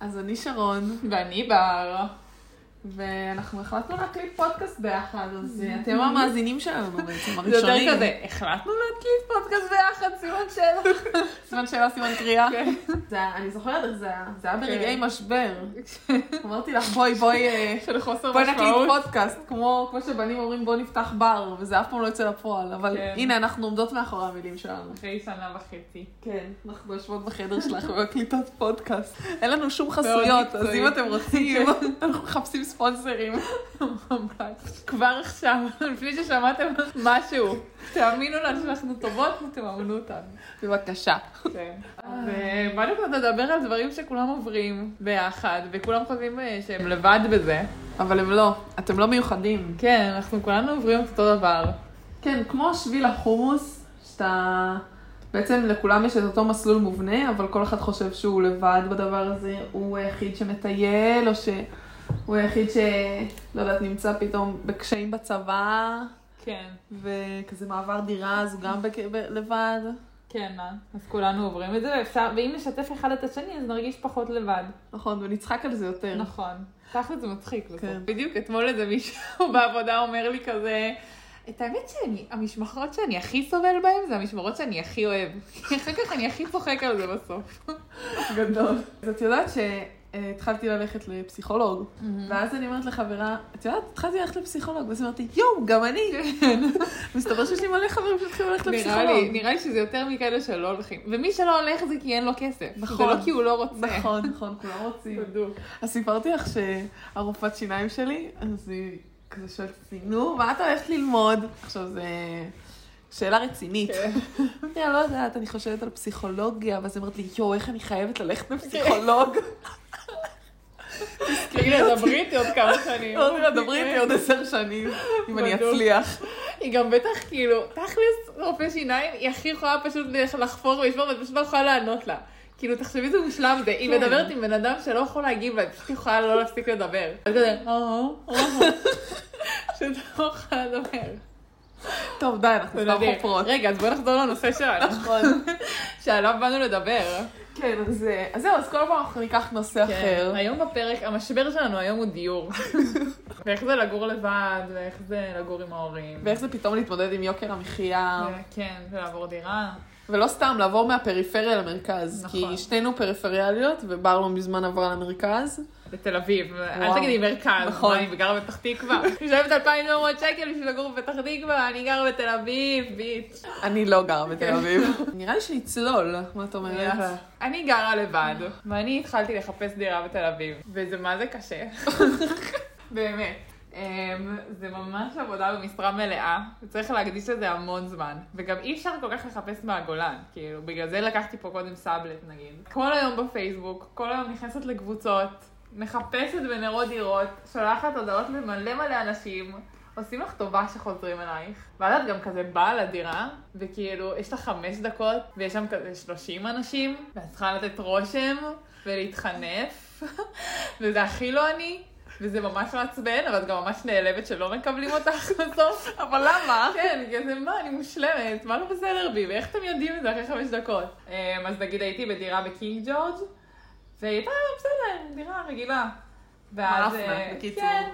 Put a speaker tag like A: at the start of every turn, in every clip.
A: אז אני שרון,
B: ואני בר.
A: ואנחנו החלטנו להקליט פודקאסט ביחד, אז אה, אתם המאזינים שלנו בעצם,
B: זה יותר
A: הראשונים.
B: כזה, החלטנו להקליט פודקאסט ביחד, סימן שאלה.
A: סימן שאלה, סימן קריאה.
B: כן.
A: זה היה- אני זוכרת איך זה היה, זה היה ברגעי
B: כן.
A: משבר. אמרתי לך, בואי, בואי, אה,
B: של חוסר
A: בואי נקליט
B: משמעות.
A: פודקאסט, כמו כמו שבנים אומרים בואו נפתח בר, וזה אף פעם לא יוצא לפועל, אבל
B: כן.
A: הנה, אנחנו עומדות מאחורי המילים שלנו.
B: אחרי שנה וחצי.
A: כן, אנחנו יושבות בחדר שלך ומקליטות פודקאסט. אין לנו שום חסויות, אז
B: מקצועי.
A: אם אתם רוצים, אנחנו מחפשים ספונסרים.
B: ממש. כבר עכשיו, לפני ששמעתם משהו, תאמינו לנו שאנחנו טובות ותממנו אותנו.
A: בבקשה.
B: כן. אז אה, באנו כבר לדבר על דברים שכולם עוברים ביחד, וכולם חושבים אה, שהם לבד בזה.
A: אבל הם לא, אתם לא מיוחדים.
B: כן, אנחנו כולנו עוברים את אותו דבר.
A: כן, כמו שביל החומוס, שאתה... בעצם לכולם יש את אותו מסלול מובנה, אבל כל אחד חושב שהוא לבד בדבר הזה, הוא היחיד שמטייל, או שהוא היחיד ש... לא יודעת, נמצא פתאום בקשיים בצבא,
B: כן.
A: וכזה מעבר דירה, אז הוא גם בק... ב... לבד.
B: כן, אה? אז כולנו עוברים את זה, ואפשר, ואם נשתף אחד את השני, אז נרגיש פחות לבד.
A: נכון, ונצחק על זה יותר.
B: נכון. תכל'ס זה מצחיק בסוף.
A: כן.
B: בדיוק אתמול איזה מישהו בעבודה אומר לי כזה, את האמת שהמשמרות שאני הכי סובל בהן זה המשמרות שאני הכי אוהב. כי אחר כך אני הכי צוחק על זה בסוף.
A: גדול. אז את יודעת שהתחלתי ללכת לפסיכולוג, ואז אני אומרת לחברה, את יודעת, התחלתי ללכת לפסיכולוג, ואז אמרתי, יואו, גם אני. מסתבר שיש לי מלא חברים שהתחילו ללכת
B: כן. נראה לי,
A: לפסיכולוג.
B: נראה לי שזה יותר מכאלה שלא הולכים. ומי שלא הולך זה כי אין לו כסף.
A: נכון.
B: זה לא כי הוא לא רוצה.
A: נכון, נכון, כולם רוצים.
B: בדיוק.
A: אז סיפרתי לך שהרופאת שיניים שלי, אז היא כזה שואלת אותי, נו, מה את הולכת ללמוד? עכשיו, זו שאלה רצינית.
B: כן.
A: אמרתי לה, לא יודעת, אני חושבת על פסיכולוגיה, ואז היא אמרת לי, יואו, איך אני חייבת
B: כן.
A: ללכת לפסיכולוג?
B: כאילו, דברי איתי עוד כמה שנים.
A: אמרתי לה, דברי איתי עוד עשר שנים, אם אני
B: בדיוק.
A: אצליח.
B: היא גם בטח כאילו, תכלס רופא שיניים, היא הכי יכולה פשוט לחפור ולשבור, ואת פשוט לא יכולה לענות לה. כאילו, תחשבי איזה מושלם זה, היא
A: כן.
B: מדברת עם בן אדם שלא יכול להגיב לה, היא פשוט יכולה לא להפסיק לדבר. אז כזה, "אה, אה, אה, אה." פשוט לא יכולה לדבר.
A: טוב, די, אנחנו
B: זה
A: סתם
B: נדיר.
A: חופרות.
B: רגע, אז בואו נחזור לנושא שלנו,
A: נכון.
B: שעליו באנו לדבר.
A: כן, אז אה, אז זהו, אז כל פעם אנחנו ניקח נושא
B: כן.
A: אחר.
B: היום בפרק, המשבר שלנו היום הוא דיור. ואיך זה לגור לבד, ואיך זה לגור עם ההורים.
A: ואיך זה פתאום להתמודד עם יוקר המחיה,
B: כן, ולעבור דירה.
A: ולא סתם לעבור מהפריפריה למרכז, כי
B: נכון.
A: שתינו פריפריאליות, ובר לא מזמן עברה למרכז.
B: בתל אביב, אל
A: וואו.
B: תגידי מרכז,
A: נכון.
B: נכון, אני גרה בפתח תקווה. משלמת 2,900 שקל בשביל לגור בפתח תקווה, אני גרה בתל אביב, ביץ'.
A: אני לא גרה
B: כן.
A: בתל אביב. נראה לי שנצלול, מה את אומרת?
B: אני גרה לבד, ואני התחלתי לחפש דירה בתל אביב, וזה מה זה קשה. באמת. אמ, זה ממש עבודה במשרה מלאה, וצריך להקדיש לזה המון זמן. וגם אי אפשר כל כך לחפש מהגולן, כאילו, בגלל זה לקחתי פה קודם סאבלט נגיד. כל היום בפייסבוק, כל היום נכנסת לקבוצות, מחפשת בנרות דירות, שולחת הודעות למלא מלא אנשים. עושים לך טובה שחוזרים אלייך, ואז את גם כזה באה לדירה, וכאילו, יש לך חמש דקות, ויש שם כזה שלושים אנשים, ואת צריכה לתת רושם, ולהתחנף, וזה הכי לא אני, וזה ממש מעצבן, אבל את גם ממש נעלבת שלא מקבלים אותך בסוף.
A: אבל למה?
B: כן, כזה, מה, אני מושלמת, מה לא בסדר בי, ואיך אתם יודעים את זה אחרי חמש דקות? אמ, אז נגיד הייתי בדירה בקינג ג'ורג', והיא הייתה "אה, בסדר, דירה רגילה. ואז,
A: מאפנה,
B: אה,
A: בקיצור.
B: כן.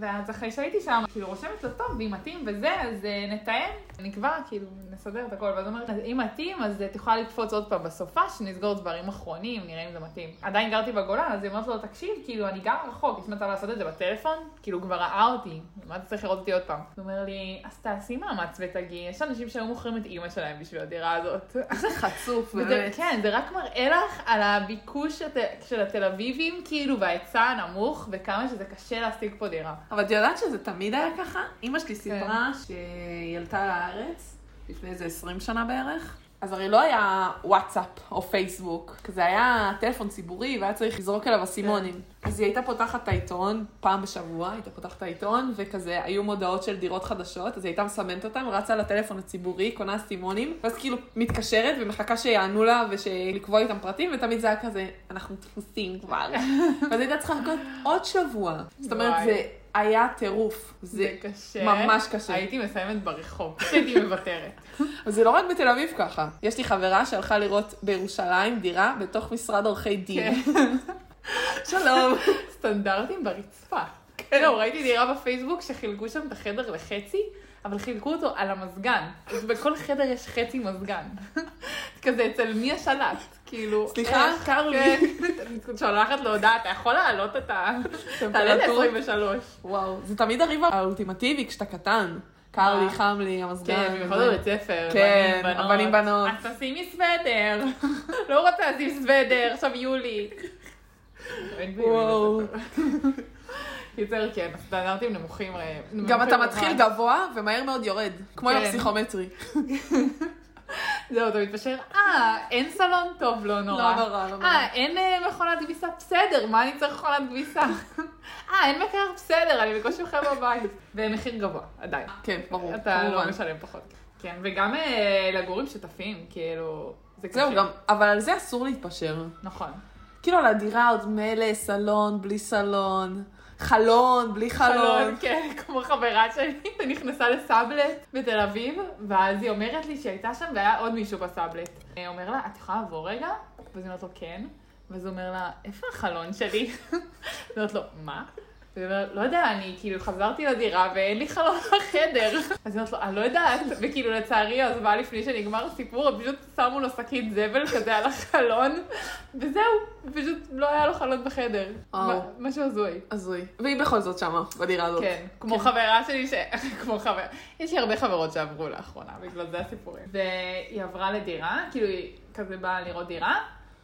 B: ואז אחרי שהייתי שם, כאילו רושמת לו טוב, ואם מתאים וזה, אז אה, נתאם, נקבע, כאילו, נסדר את הכל. ואז אומרת, "אז אם מתאים, אז אה, את יכולה לקפוץ עוד פעם בסופה, שנסגור דברים אחרונים, נראה אם זה מתאים. עדיין גרתי בגולן, אז היא אומרת לו, תקשיב, כאילו, אני גרה רחוק, יש מצב לעשות את זה בטלפון? כאילו, כבר ראה אותי, מה אתה צריך לראות אותי עוד פעם? הוא אומר לי, אז תעשי מאמץ ותגיעי, יש אנשים שהיו מוכרים את אימא שלהם בשביל הדירה הזאת.
A: זה חצוף,
B: וזה-
A: באמת.
B: כן, זה רק מראה לך על הביקוש הת- של התל אביבים, כאילו, וההיצע הנמוך, וכמה שזה קשה להשיג פה דירה.
A: אבל את יודעת שזה תמיד היה ככה? אימא שלי סיפרה שהיא עלתה לארץ לפני איזה 20 שנה בערך. אז הרי לא היה וואטסאפ או פייסבוק, כי זה היה טלפון ציבורי והיה צריך לזרוק אליו אסימונים. אז היא הייתה פותחת את העיתון פעם בשבוע, הייתה פותחת את העיתון, וכזה היו מודעות של דירות חדשות, אז היא הייתה מסמנת אותן, רצה לטלפון הציבורי, קונה אסימונים, ואז כאילו מתקשרת ומחכה שיענו לה ושלקבוע איתם פרטים, ותמיד זה היה כזה, אנחנו דפוסים כבר. ואז הייתה צריכה לחכות עוד שבוע. זאת אומרת,
B: וואי.
A: זה היה טירוף. זה...
B: זה קשה.
A: ממש קשה.
B: הייתי מסיימת ברחוב, הייתי מוותרת.
A: אבל זה לא רק בתל אביב
B: כן.
A: ככה. יש לי חברה שהלכה לראות בירושלים דירה בתוך משרד עורכי דין. שלום.
B: סטנדרטים ברצפה.
A: כן.
B: לא, ראיתי דירה בפייסבוק שחילקו שם את החדר לחצי, אבל חילקו אותו על המזגן. אז בכל חדר יש חצי מזגן. כזה, אצל מי השלט? כאילו,
A: סליחה?
B: אה, קר לי. כן. שולחת לו הודעה, אתה יכול להעלות את ה... תעלה
A: טמפרטורה?
B: ל-23.
A: וואו, זה תמיד הריב האולטימטיבי כשאתה קטן. קר לי, חם לי, המזגן.
B: אה. כן, במיוחד בבית ספר.
A: כן,
B: בנים, בנות.
A: הבנים, בנות.
B: אז תשימי סוודר. לא רוצה לשים סוודר, עכשיו יולי. אין ביולי
A: וואו.
B: בבית ספר. קיצר, כן, הסטנדרטים נמוכים. אה,
A: גם
B: נמוכים
A: אתה מתחיל
B: ממש.
A: גבוה ומהר מאוד יורד, כמו עם
B: כן.
A: הפסיכומטרי.
B: זהו, אתה מתפשר, אה, אין סלון טוב, לא נורא.
A: לא נורא, לא נורא.
B: אה, אין אה, מכונת כביסה, בסדר, מה אני צריך מכונת כביסה? אה, אין מקרר, בסדר, אני בקושי אוכל בבית. במחיר גבוה, עדיין.
A: כן, ברור,
B: אתה לא
A: כמובן.
B: משלם פחות. כן, וגם אה, לגור עם שותפים, כאילו, זה קשה.
A: זהו גם, אבל על זה אסור להתפשר.
B: נכון.
A: כאילו על הדירה עוד מילא סלון, בלי סלון, חלון, בלי חלון.
B: כן, כמו חברה שלי, שנכנסה לסאבלט בתל אביב, ואז היא אומרת לי שהיא הייתה שם והיה עוד מישהו בסאבלט. היא אומר לה, את יכולה לבוא רגע? ואז היא אומרת לו, כן. ואז הוא אומר לה, איפה החלון שלי? היא אומרת לו, מה? והיא אומרת, לא יודע, אני כאילו חזרתי לדירה ואין לי חלון בחדר. אז היא אומרת לו, אני לא יודעת. וכאילו לצערי, אז בא לפני שנגמר הסיפור, הם פשוט שמו לו שקית זבל כזה על החלון, וזהו, פשוט לא היה לו חלון בחדר.
A: וואו.
B: מה- משהו הזוי.
A: הזוי. והיא בכל זאת שמה, בדירה הזאת.
B: כן, כמו חברה שלי ש... כמו חבר... יש לי הרבה חברות שעברו לאחרונה, בגלל זה הסיפורים. והיא עברה לדירה, כאילו היא כזה באה לראות דירה,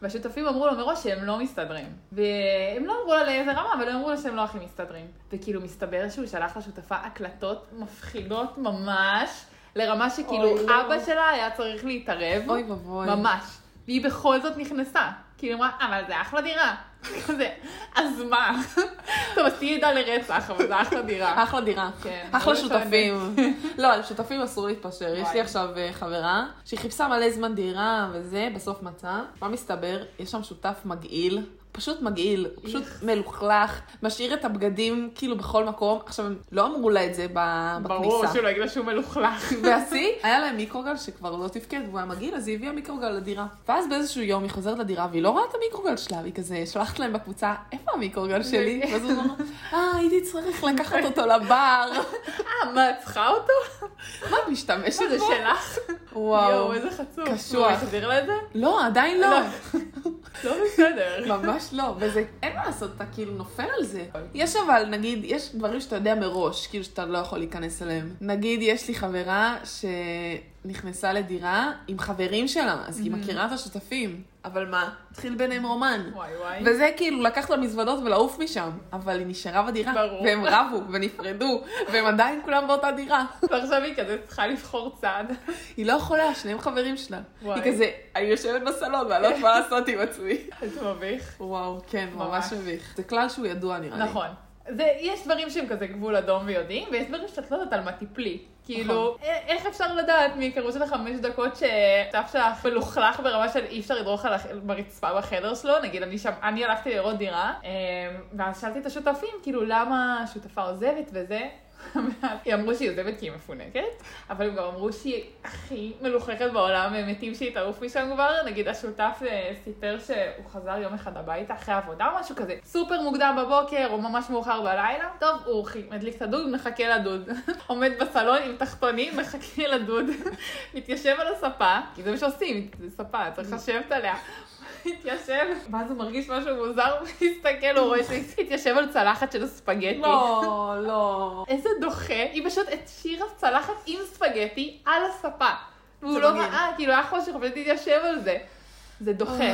B: והשותפים אמרו לו מראש שהם לא מסתדרים. והם לא אמרו לה לאיזה רמה, אבל הם אמרו לה שהם לא הכי מסתדרים. וכאילו מסתבר שהוא שלח לשותפה הקלטות מפחידות ממש, לרמה שכאילו
A: אוי, לא.
B: אבא שלה היה צריך להתערב.
A: אוי ואבוי.
B: ממש. והיא בכל זאת נכנסה. כאילו היא אמרה, אבל זה אחלה דירה. כזה, אז מה? טוב, אז תהיי עדה לרצח, אבל זה אחלה דירה.
A: אחלה דירה,
B: כן,
A: אחלה
B: לא
A: שותפים. לא, על שותפים אסור להתפשר. יש לי
B: וואי.
A: עכשיו אה, חברה שהיא חיפשה מלא זמן דירה וזה, בסוף מצאה. מה מסתבר? יש שם שותף מגעיל. פשוט מגעיל, הוא פשוט מלוכלך, משאיר את הבגדים כאילו בכל מקום. עכשיו, הם לא אמרו לה את זה ב- אה, בכניסה.
B: ברור שהוא לא יגיד לה שהוא מלוכלך.
A: והשיא, היה להם מיקרוגל שכבר לא תפקד, והוא היה מגעיל, אז היא הביאה מיקרוגל לדירה. ואז באיזשהו יום היא חוזרת לדירה, והיא לא רואה את המיקרוגל שלה, והיא כזה שולחת להם בקבוצה, איפה המיקרוגל שלי? ואז הוא אמר, אה, הייתי צריך לקחת אותו לבר.
B: אה, מה, את צריכה אותו?
A: מה את משתמשת
B: שזה
A: בו?
B: שלך?
A: נכון. וואו.
B: יואו, איזה חצוף.
A: קשוח.
B: הוא החזיר לה את זה?
A: לא, עדיין לא.
B: לא בסדר.
A: ממש לא. וזה, אין מה לעשות, אתה כאילו נופל על זה. יש אבל, נגיד, יש דברים שאתה יודע מראש, כאילו שאתה לא יכול להיכנס אליהם. נגיד, יש לי חברה שנכנסה לדירה עם חברים שלה, אז היא מכירה את השותפים. אבל מה? התחיל ביניהם רומן.
B: וואי וואי.
A: וזה כאילו לקחת לה מזוודות ולעוף משם, אבל היא נשארה בדירה,
B: ברור.
A: והם רבו ונפרדו, והם עדיין כולם באותה דירה.
B: ועכשיו היא כזה צריכה לבחור צד.
A: היא לא יכולה, שניהם חברים שלה.
B: וואי.
A: היא כזה, אני יושבת בסלון ואני לא יודעת מה לעשות עם עצמי.
B: זה מביך.
A: וואו, כן, ממש
B: ממש.
A: מביך. זה כלל שהוא ידוע נראה לי.
B: נכון. זה, יש דברים שהם כזה גבול אדום ויודעים, ויש דברים שאת לא יודעת על מה תיפלי. כאילו, א- איך אפשר לדעת מהיכרות של החמש דקות שהשותף שלך מלוכלך ברמה של אי אפשר לדרוך על הח- ברצפה בחדר שלו, נגיד אני שם, אני הלכתי לראות דירה, אמ, ואז שאלתי את השותפים, כאילו, למה השותפה עוזבת וזה? היא אמרו שהיא עוזבת כי היא מפונקת, אבל הם גם אמרו שהיא הכי מלוכלכת בעולם, הם מתים שהיא תעוף משם כבר. נגיד השותף אה, סיפר שהוא חזר יום אחד הביתה אחרי עבודה או משהו כזה, סופר מוקדם בבוקר או ממש מאוחר בלילה, טוב, הוא חי- מדליק את הדוד, מחכה לדוד. עומד בסלון עם תחתונים, מחכה לדוד. מתיישב על הספה, כי זה מה שעושים, זה ספה, צריך לשבת עליה. מתיישב, ואז הוא מרגיש משהו מוזר, הוא מסתכל, הוא רואה שהיא התיישב על צלחת של ספגטי.
A: לא, לא.
B: איזה דוחה, היא פשוט השאירה צלחת עם ספגטי על הספה. והוא
A: זה
B: לא
A: מגעיל.
B: ראה, כאילו היה חושך, אבל התיישב על זה. זה דוחה.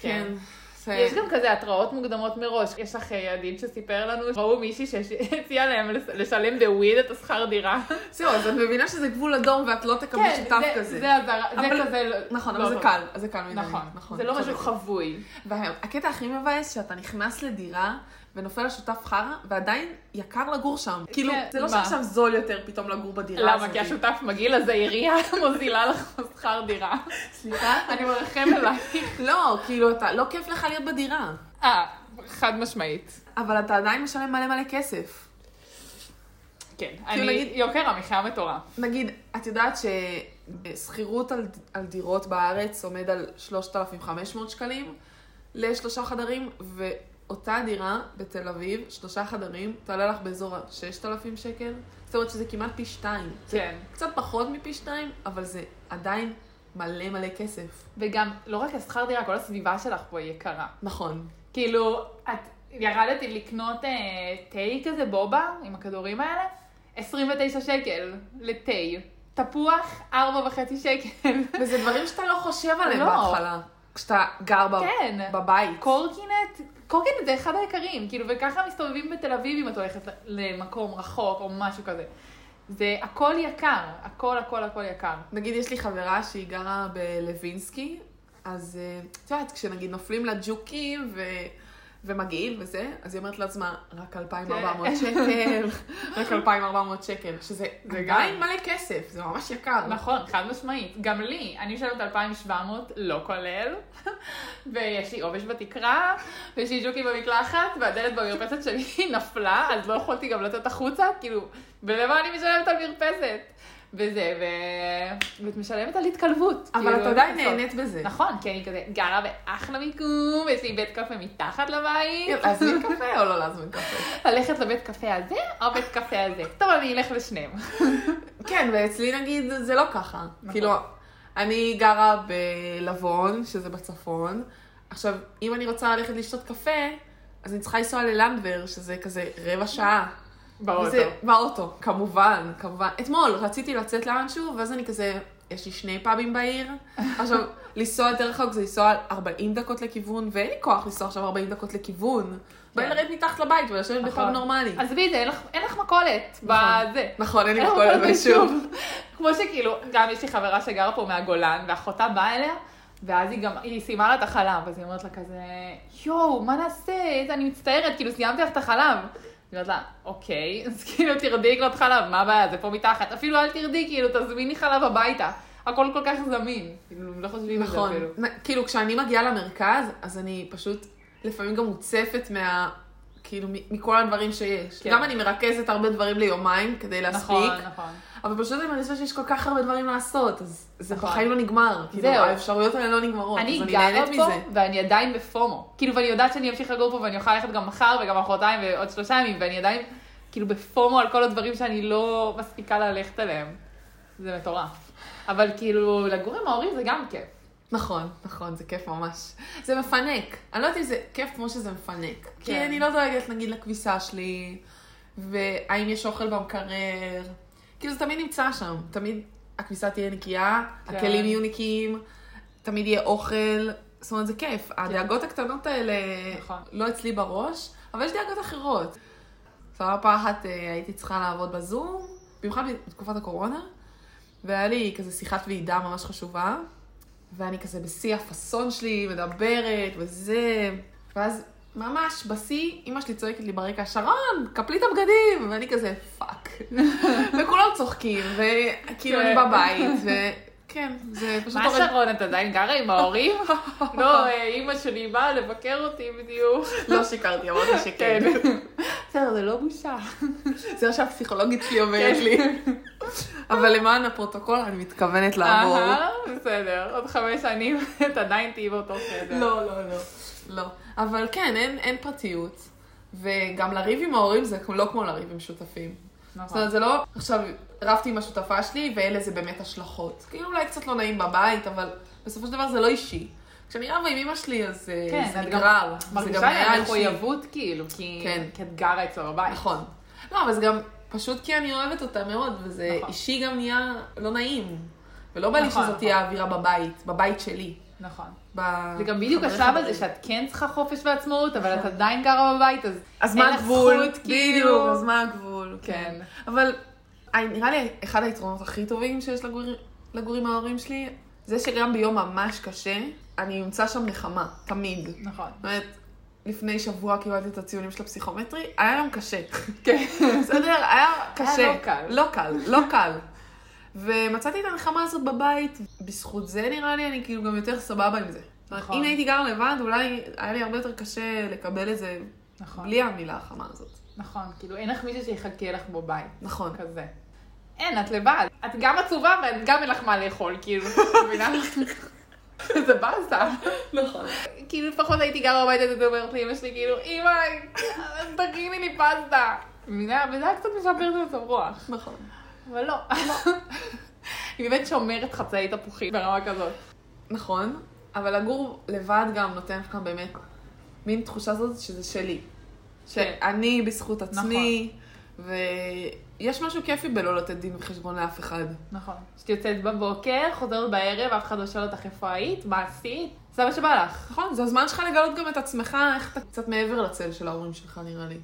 A: כן. זה-
B: יש גם כזה התראות מוקדמות מראש. יש לך אה, ידיד שסיפר לנו, ראו מישהי שהציעה להם לס- לשלם בוויד את השכר דירה. כן,
A: זהו, אז את מבינה שזה גבול אדום ואת לא תקבלי שותף
B: זה-
A: כזה.
B: זה אזהרה, זה
A: אבל-
B: כזה... לא-
A: נכון,
B: לא
A: אבל זה
B: טוב.
A: קל, אז זה קל מדי.
B: נכון, זה לא משהו
A: צודק.
B: חבוי.
A: והקטע הכי מבאס שאתה נכנס לדירה ונופל על שותף חרא ועדיין יקר לגור שם. כאילו, זה לא
B: כן, מה?
A: שעכשיו זול יותר פתאום לגור בדירה הזאת.
B: למה? כי השותף מגעיל, אז העירייה מוזילה לך שכר דירה.
A: סליחה?
B: אני מרחם עלייך.
A: לא, כאילו, אתה, לא כיף לך להיות בדירה,
B: אה, חד משמעית.
A: אבל אתה עדיין משלם מלא מלא כסף.
B: כן,
A: כאילו,
B: אני
A: נגיד-
B: יוקר המחיה מטורף.
A: נגיד, את יודעת ששכירות על, על דירות בארץ עומד על 3,500 שקלים לשלושה חדרים, אותה דירה בתל אביב, שלושה חדרים, תעלה לך באזור ה-6,000 שקל. זאת אומרת שזה כמעט פי שתיים.
B: כן.
A: קצת פחות מפי שתיים, אבל זה עדיין מלא מלא כסף.
B: וגם, לא רק השכר דירה, כל הסביבה שלך פה היא יקרה.
A: נכון.
B: כאילו, את ירדת לקנות אה, תה כזה, בובה, עם הכדורים האלה, 29 שקל לתה. תפוח, 4.5 שקל.
A: וזה דברים שאתה לא חושב עליהם
B: לא.
A: בהתחלה. כשאתה גר ב-
B: כן.
A: בבית.
B: קורקינט, קורקינט זה אחד היקרים, כאילו, וככה מסתובבים בתל אביב אם את הולכת למקום רחוק או משהו כזה. זה הכל יקר, הכל הכל הכל יקר.
A: נגיד, יש לי חברה שהיא גרה בלווינסקי, אז אה, את יודעת, כשנגיד נופלים לה ג'וקים ו... ומגעיל וזה, אז היא אומרת לעצמה, רק 2,400
B: כן.
A: שקל, רק 2,400 שקל, שזה
B: זה
A: עדיין
B: גם.
A: מלא כסף, זה ממש יקר.
B: נכון, חד משמעית. גם לי, אני משלמת 2,700, לא כולל, ויש לי עובש בתקרה, ויש לי ג'וקי במקלחת, והדלת במרפסת שלי נפלה, אז לא יכולתי גם לצאת החוצה, כאילו, ולמה אני משלמת על מרפסת? וזה, ו... ואת משלמת על התקלבות.
A: אבל
B: כאילו,
A: את עדיין
B: בסוף.
A: נהנית בזה.
B: נכון, כי אני כזה גרה באחלה מיקום, יש לי בית קפה מתחת לבית.
A: להזמין כאילו, קפה או לא להזמין קפה?
B: ללכת לבית קפה הזה, או בית קפה הזה. טוב, אני אלך לשניהם.
A: כן, ואצלי נגיד זה לא ככה.
B: נכון.
A: כאילו, אני גרה בלבון, שזה בצפון. עכשיו, אם אני רוצה ללכת לשתות קפה, אז אני צריכה לנסוע ללנדבר, שזה כזה רבע שעה.
B: באוטו.
A: וזה- באוטו, כמובן, כמובן. אתמול רציתי לצאת לאנשהו, ואז אני כזה, יש לי שני פאבים בעיר. עכשיו, לנסוע יותר רחוק זה לנסוע 40 דקות לכיוון, ואין לי כוח לנסוע עכשיו 40 דקות לכיוון. בא לי
B: כן.
A: לרדת מתחת לבית ולשבת בפאב
B: נכון.
A: נורמלי.
B: עזבי את זה, אין לך- אין לך מכולת
A: נכון.
B: בזה.
A: נכון, אין לי
B: אין לך
A: מקום
B: מכולת
A: לזה שוב.
B: בשום. כמו שכאילו, גם יש לי חברה שגרה פה מהגולן, ואחותה באה אליה, ואז היא גם, היא סיימה לה את החלב, אז היא אומרת לה כזה, יואו, מה נעשה? איזה, אני מצטערת, כאילו, סיימתי לך את החלב. היא אומרת לה, אוקיי, אז כאילו, תרדי לקנות חלב, מה הבעיה, זה פה מתחת. אפילו אל תרדי, כאילו, תזמיני חלב הביתה. הכל כל כך זמין. כאילו, לא חושבים על זה
A: נכון.
B: אפילו.
A: נ- כאילו, כשאני מגיעה למרכז, אז אני פשוט לפעמים גם מוצפת מה... כאילו, מ- מכל הדברים שיש.
B: כן.
A: גם אני מרכזת הרבה דברים ליומיים כדי
B: נכון,
A: להספיק,
B: נכון.
A: אבל פשוט אני מרגישה שיש כל כך הרבה דברים לעשות, אז זה
B: נכון.
A: בחיים לא נגמר. כאילו,
B: זהו.
A: האפשרויות האלה לא נגמרות, אז
B: אני
A: אני
B: גרה
A: נהנית
B: פה,
A: מזה.
B: ואני עדיין בפומו. כאילו, ואני יודעת שאני אמשיך לגור פה, ואני אוכל ללכת גם מחר, וגם מחרתיים, ועוד שלושה ימים, ואני עדיין, כאילו, בפומו על כל הדברים שאני לא מספיקה ללכת עליהם. זה מטורף. אבל כאילו, לגור עם ההורים זה גם כיף.
A: נכון, נכון, זה כיף ממש. זה מפנק. אני לא יודעת אם זה כיף כמו שזה מפנק. כי
B: כן.
A: אני לא דואגת, נגיד, לכביסה שלי, והאם יש אוכל במקרר. כאילו, זה תמיד נמצא שם. תמיד הכביסה תהיה נקייה,
B: כן.
A: הכלים יהיו נקיים, תמיד יהיה אוכל. זאת אומרת, זה כיף. הדאגות הקטנות האלה
B: כן. נכון.
A: לא אצלי בראש, אבל יש דאגות אחרות. סבבה, פעם אחת אה, הייתי צריכה לעבוד בזום, במיוחד בתקופת הקורונה, והיה לי כזה שיחת ועידה ממש חשובה, ואני כזה בשיא הפאסון שלי, מדברת וזה, ואז ממש בשיא, אמא שלי צועקת לי ברקע, שרון, קפלי את הבגדים! ואני כזה, פאק. וכולם צוחקים, וכאילו אני
B: כן.
A: בבית, וכן, זה פשוט
B: מה
A: הורד...
B: שרון, את עדיין גרה עם ההורים? לא, אה, אימא שלי באה לבקר אותי בדיוק.
A: לא שיקרתי, אמרתי שכן.
B: כן. בסדר, זה לא בושה.
A: זה מה שהפסיכולוגית שלי
B: כן.
A: אומרת לי. אבל למען הפרוטוקול, אני מתכוונת לעבור.
B: אהה, בסדר. עוד חמש שנים, את עדיין תהיי באותו חדר.
A: לא, לא, לא. לא. אבל כן, אין, אין פרטיות. וגם לריב עם ההורים זה לא כמו לריב עם שותפים. זאת
B: נכון.
A: אומרת, זה לא עכשיו רבתי עם השותפה שלי ואלה זה באמת השלכות. כאילו אולי קצת לא נעים בבית, אבל בסופו של דבר זה לא אישי. כשאני רבה עם אמא שלי אז אה,
B: כן,
A: זה
B: את גם
A: נגרר. זה גם
B: מרגישה
A: היה
B: לי
A: אישי.
B: מחויבות כאילו, כי
A: כן.
B: כי את גרה אצלו בבית.
A: נכון. לא, אבל זה גם פשוט כי אני אוהבת אותה מאוד, וזה
B: נכון.
A: אישי גם נהיה לא נעים. ולא בא לי
B: נכון,
A: שזאת
B: נכון.
A: תהיה האווירה בבית, בבית שלי.
B: נכון.
A: ב-
B: זה גם בדיוק
A: בחדרי
B: השלב הזה
A: חדרים.
B: שאת כן צריכה חופש ועצמאות, אבל את עדיין גרה בבית, אז
A: אז
B: אין
A: מה
B: לך
A: הגבול?
B: זכות, כאילו.
A: בדיוק, אז מה הגבול?
B: כן.
A: אבל אה, נראה לי אחד היתרונות הכי טובים שיש לגור, לגור עם ההורים שלי, זה שגם ביום ממש קשה, אני אמצא שם נחמה, תמיד. זאת
B: נכון.
A: אומרת, לפני שבוע קיבלתי את הציונים של הפסיכומטרי, היה יום קשה.
B: כן.
A: בסדר, היה קשה.
B: לא קל.
A: לא קל, לא קל. ומצאתי את הנחמה הזאת בבית, בזכות זה נראה לי אני כאילו גם יותר סבבה עם זה. זאת אומרת,
B: נכון.
A: אם הייתי גר לבד, אולי היה לי הרבה יותר קשה לקבל את זה
B: נכון.
A: בלי המילה החמה הזאת.
B: נכון. כאילו, אין לך מישהו שיחכה לך בבית.
A: נכון.
B: כזה. אין, את לבד. את גם עצובה ואת גם אין לך מה לאכול, כאילו. את מבינה? זה באסה.
A: נכון.
B: כאילו לפחות הייתי גרה בבית הזה ואומרת לאמא שלי, כאילו, אמא, תגידי לי פסטה. מילה, וזה היה קצת משפר את המצב רוח.
A: נכון.
B: אבל לא. היא באמת שומרת חצאי תפוחים ברמה כזאת.
A: נכון, אבל לגור לבד גם נותן לך באמת מין תחושה זאת שזה שלי. שאני בזכות עצמי, ויש משהו כיפי בלא לתת דין וחשבון לאף אחד.
B: נכון. שאת יוצאת בבוקר, חוזרת בערב, אף אחד לא שואל אותך איפה היית, מה עשית, זה מה שבא לך.
A: נכון, זה הזמן שלך לגלות גם את עצמך, איך אתה קצת מעבר לצל של ההורים שלך נראה לי.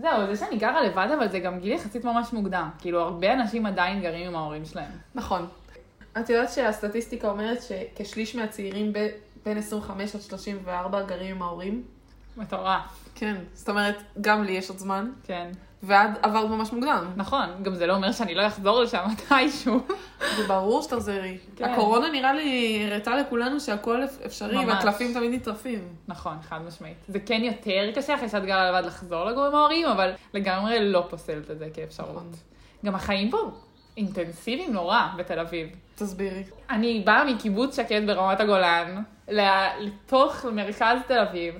B: זהו, זה שאני גרה לבד, אבל זה גם גיל יחסית ממש מוקדם. כאילו, הרבה אנשים עדיין גרים עם ההורים שלהם.
A: נכון. את יודעת שהסטטיסטיקה אומרת שכשליש מהצעירים ב- בין 25 עד 34 גרים עם ההורים?
B: מטורף.
A: כן. זאת אומרת, גם לי יש עוד זמן,
B: כן.
A: ועד עברת ממש מוקדם.
B: נכון, גם זה לא אומר שאני לא אחזור לשם מתישהו.
A: זה ברור שתחזרי.
B: כן.
A: הקורונה נראה לי הראתה לכולנו שהכל אפ- אפשרי,
B: ממש.
A: והקלפים תמיד נטרפים.
B: נכון, חד משמעית. זה כן יותר קשה אחרי שאת גרה לבד לחזור לגור עם ההורים, אבל לגמרי לא פוסלת את זה כאפשרות.
A: נכון.
B: גם החיים פה אינטנסיביים נורא בתל אביב.
A: תסבירי.
B: אני באה מקיבוץ שקד ברמת הגולן, ל- לתוך מרכז תל אביב.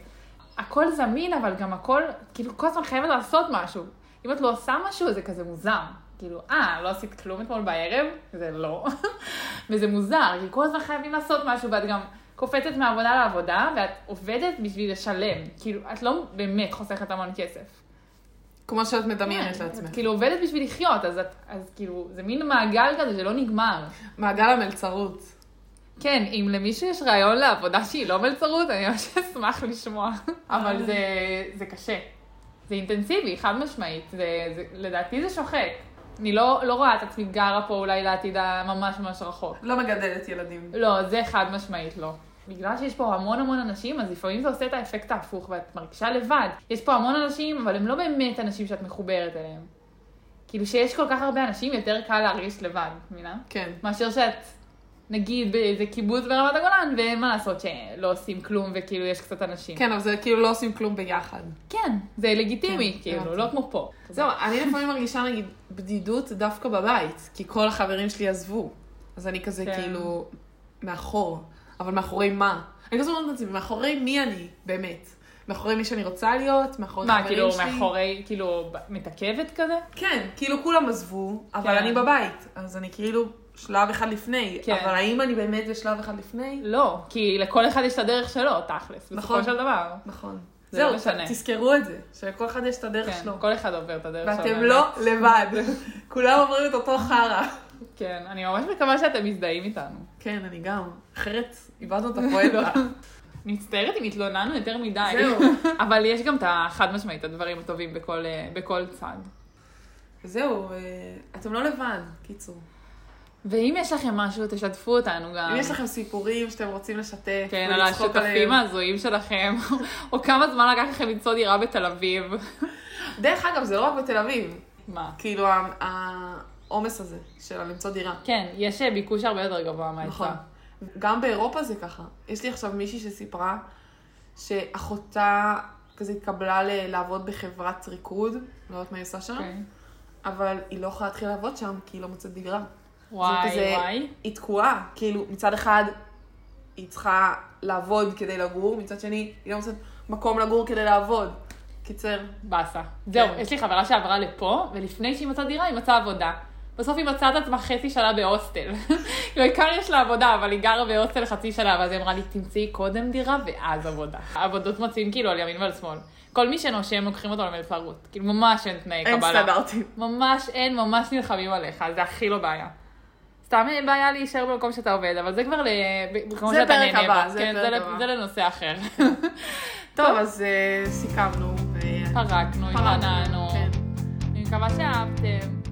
B: הכל זמין, אבל גם הכל, כאילו, כל הזמן חייבת לעשות משהו. אם את לא עושה משהו, זה כזה מוזר. כאילו, אה, לא עשית כלום אתמול בערב? זה לא. וזה מוזר, כי כל הזמן חייבים לעשות משהו, ואת גם קופצת מעבודה לעבודה, ואת עובדת בשביל לשלם. כאילו, את לא באמת חוסכת המון כסף.
A: כמו שאת מדמיינת
B: כן, את
A: לא לעצמך.
B: כאילו עובדת בשביל לחיות, אז, את, אז כאילו, זה מין מעגל כזה שלא נגמר.
A: מעגל המלצרות.
B: כן, אם למישהו יש רעיון לעבודה שהיא לא מלצרות, אני ממש אשמח לשמוע. אבל זה, זה קשה. זה אינטנסיבי, חד משמעית. זה, זה, לדעתי זה שוחק. אני לא, לא רואה את עצמי גרה פה אולי לעתיד הממש ממש רחוק.
A: לא מגדלת ילדים.
B: לא, זה חד משמעית לא. בגלל שיש פה המון המון אנשים, אז לפעמים זה עושה את האפקט ההפוך, ואת מרגישה לבד. יש פה המון אנשים, אבל הם לא באמת אנשים שאת מחוברת אליהם. כאילו שיש כל כך הרבה אנשים, יותר קל להרגיש לבד, מבינה?
A: כן.
B: מאשר שאת, נגיד, באיזה קיבוץ ברמת הגולן, ואין מה לעשות שלא עושים כלום, וכאילו יש קצת אנשים.
A: כן, אבל זה כאילו לא עושים כלום ביחד.
B: כן, זה לגיטימי,
A: כן,
B: כאילו,
A: הבנתי.
B: לא כמו פה.
A: זהו, אני לפעמים מרגישה נגיד בדידות דווקא בבית, כי כל החברים שלי עזבו. אז אני כזה
B: כן.
A: כאילו מאחור, אבל מאחורי מה? אני כזה אומרת לעצמי, מאחורי מי אני, באמת? מאחורי מי שאני רוצה להיות, מאחורי
B: מה,
A: חברים שלי.
B: כאילו, מאחורי, כאילו, ב- מתעכבת כזה?
A: כן, כאילו כולם עזבו, אבל
B: כן.
A: אני בבית, אז אני כאילו שלב אחד לפני.
B: כן.
A: אבל האם אני באמת בשלב אחד לפני?
B: לא, כי לכל אחד יש את הדרך שלו, תכלס, בסופו
A: נכון.
B: של דבר.
A: נכון.
B: זה
A: זהו,
B: לא משנה.
A: ת- תזכרו את זה, שלכל אחד יש את הדרך
B: כן,
A: שלו.
B: כל אחד עובר את הדרך שלו.
A: ואתם
B: באמת.
A: לא לבד. כולם עוברים את אותו חרא.
B: כן, אני ממש מקווה שאתם מזדהים איתנו.
A: כן, אני גם. אחרת איבדנו את הפואנטה.
B: לא. אני מצטערת אם התלוננו יותר מדי.
A: זהו.
B: אבל יש גם את החד משמעית, הדברים הטובים בכל, אה, בכל צד.
A: זהו, אה, אתם לא לבד, קיצור.
B: ואם יש לכם משהו, תשתפו אותנו גם.
A: אם יש לכם סיפורים שאתם רוצים לשתף,
B: אה. כן, על
A: ולצחוק עליהם.
B: השותפים ההזויים שלכם, או כמה זמן לקח לכם למצוא דירה בתל אביב.
A: דרך אגב, זה לא רק בתל אביב.
B: מה?
A: כאילו, ה- העומס הזה של למצוא דירה.
B: כן, יש אה, ביקוש הרבה יותר גבוה מההיצע.
A: נכון. גם באירופה זה ככה. יש לי עכשיו מישהי שסיפרה שאחותה כזה התקבלה ל- לעבוד בחברת ריקוד, לא יודעת מה היא עושה שם,
B: אוקיי.
A: אבל היא לא יכולה להתחיל לעבוד שם כי היא לא מוצאת דירה.
B: וואי,
A: כזה-
B: וואי.
A: היא תקועה, כאילו מצד אחד היא צריכה לעבוד כדי לגור, מצד שני היא לא מוצאת מקום לגור כדי לעבוד. קיצר,
B: באסה. זהו,
A: כן.
B: יש לי חברה שעברה לפה, ולפני שהיא מצאה דירה, היא מצאה עבודה. בסוף היא מצאה את עצמה חצי שנה בהוסטל. כאילו, העיקר יש לה עבודה, אבל היא גרה בהוסטל חצי שנה, ואז היא אמרה לי, תמצאי קודם דירה ואז עבודה. העבודות מוצאים כאילו על ימין ועל שמאל. כל מי שנושם, לוקחים אותו למלצרות. כאילו, ממש אין תנאי
A: אין
B: קבלה.
A: סטנדרטים.
B: ממש אין, ממש נלחמים עליך, זה הכי לא בעיה. סתם אין בעיה להישאר במקום שאתה עובד, אבל זה כבר ל... במקום
A: זה
B: שאתה
A: פרק
B: נהנה
A: הבא,
B: בו.
A: זה
B: כן,
A: פרק
B: זה
A: הבא.
B: ל- זה לנושא אחר.
A: טוב, אז אה, סיכמנו. ו-
B: פרקנו,
A: פרקנו,
B: התעננו.
A: כן.
B: אני מקווה שאהבתם.